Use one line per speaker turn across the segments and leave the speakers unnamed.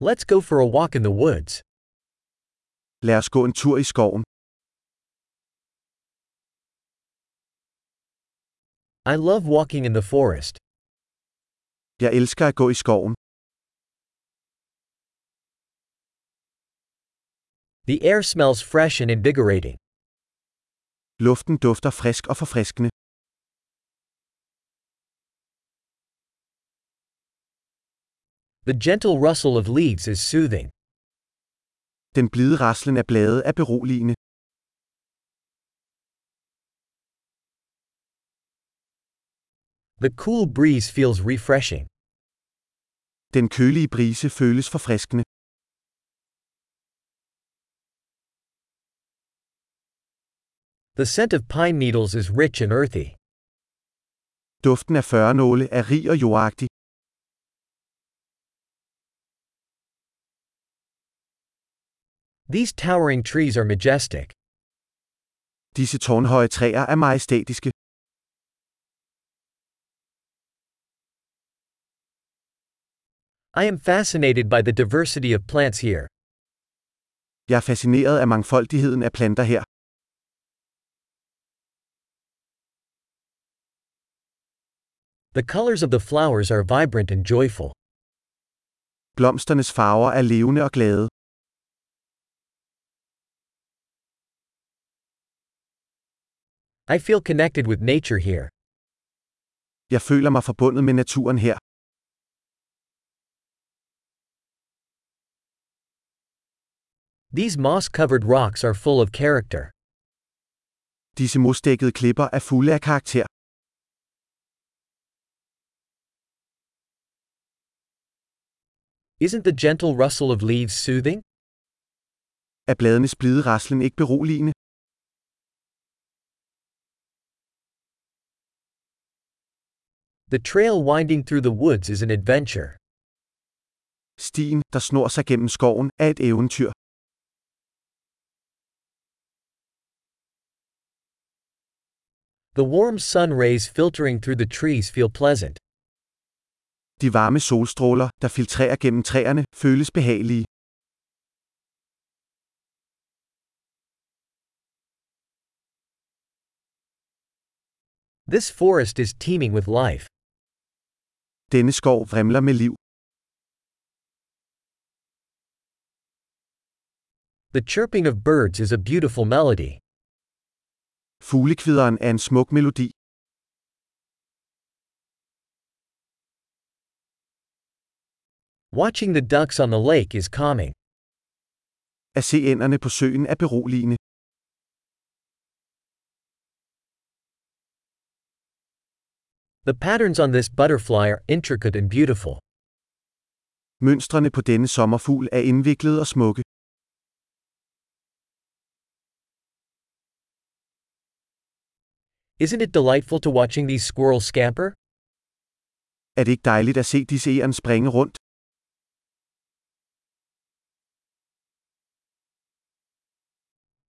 Let's go for a walk in the woods.
Lad os gå en tur i skoven.
I love walking in the forest.
Jeg elsker at gå i skoven.
The air smells fresh and invigorating.
Luften dufter frisk og forfriskende.
The gentle rustle of leaves is soothing.
Den blide raslen af blade er beroligende.
The cool breeze feels refreshing.
Den kølige brise føles forfriskende.
The scent of pine needles is rich and earthy.
Duften af førnåle er rig og jordagtig.
These towering trees are majestic.
Disse tårnhøje træer er majestætiske.
I am fascinated by the diversity of plants here.
Jeg er fascineret af mangfoldigheden af planter her.
The colors of the flowers are vibrant and joyful.
Blomsternes farver er levende og glade.
I feel connected with nature here.
Jeg føler mig forbundet med naturen her.
These moss covered rocks are full of character.
Disse mosdækkede klipper er fulde af karakter.
Isn't the gentle rustle of leaves soothing?
Er bladenes blide raslen ikke beroligende?
The trail winding through the woods is an adventure.
Stien, der snor sig gennem skoven, er et eventyr.
The warm sun rays filtering through the trees feel pleasant.
De varme solstråler, der filtrerer gennem træerne, føles behagelige.
This forest is teeming with life.
Denne skov vrimler med liv.
The chirping of birds is a beautiful melody.
Fuglekvideren er en smuk melodi.
Watching the ducks on the lake is calming.
At se ænderne på søen er beroligende.
The patterns on this butterfly are intricate and beautiful.
Mønstrene på denne sommerfugl er indviklede og smukke.
Isn't it delightful to watching these squirrels scamper?
Er det ikke dejligt at se disse æren springe rundt?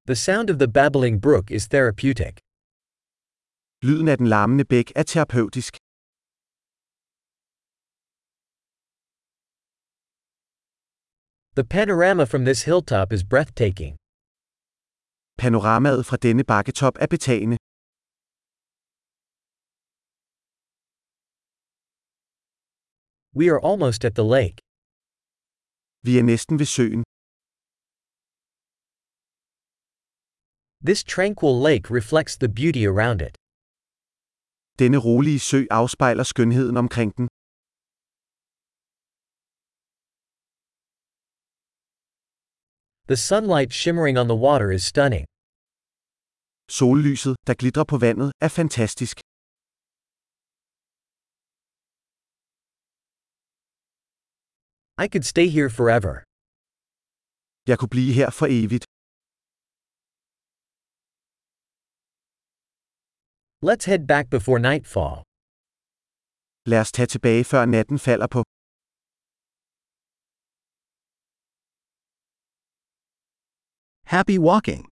The sound of the babbling brook is therapeutic.
Lyden af den larmende bæk er terapeutisk.
The panorama from this hilltop is breathtaking.
Panoramaet fra denne bakketop er betagende.
We are almost at the lake.
Vi er næsten ved søen.
This tranquil lake reflects the beauty around it.
Denne rolige sø afspejler skønheden omkring den.
The sunlight shimmering on the water is stunning.
Sollyset, der glitrer på vandet, er fantastisk.
I could stay here forever.
Jeg kunne blive her for evigt.
Let's head back before nightfall.
Lad os tage tilbage, før natten falder på.
Happy walking!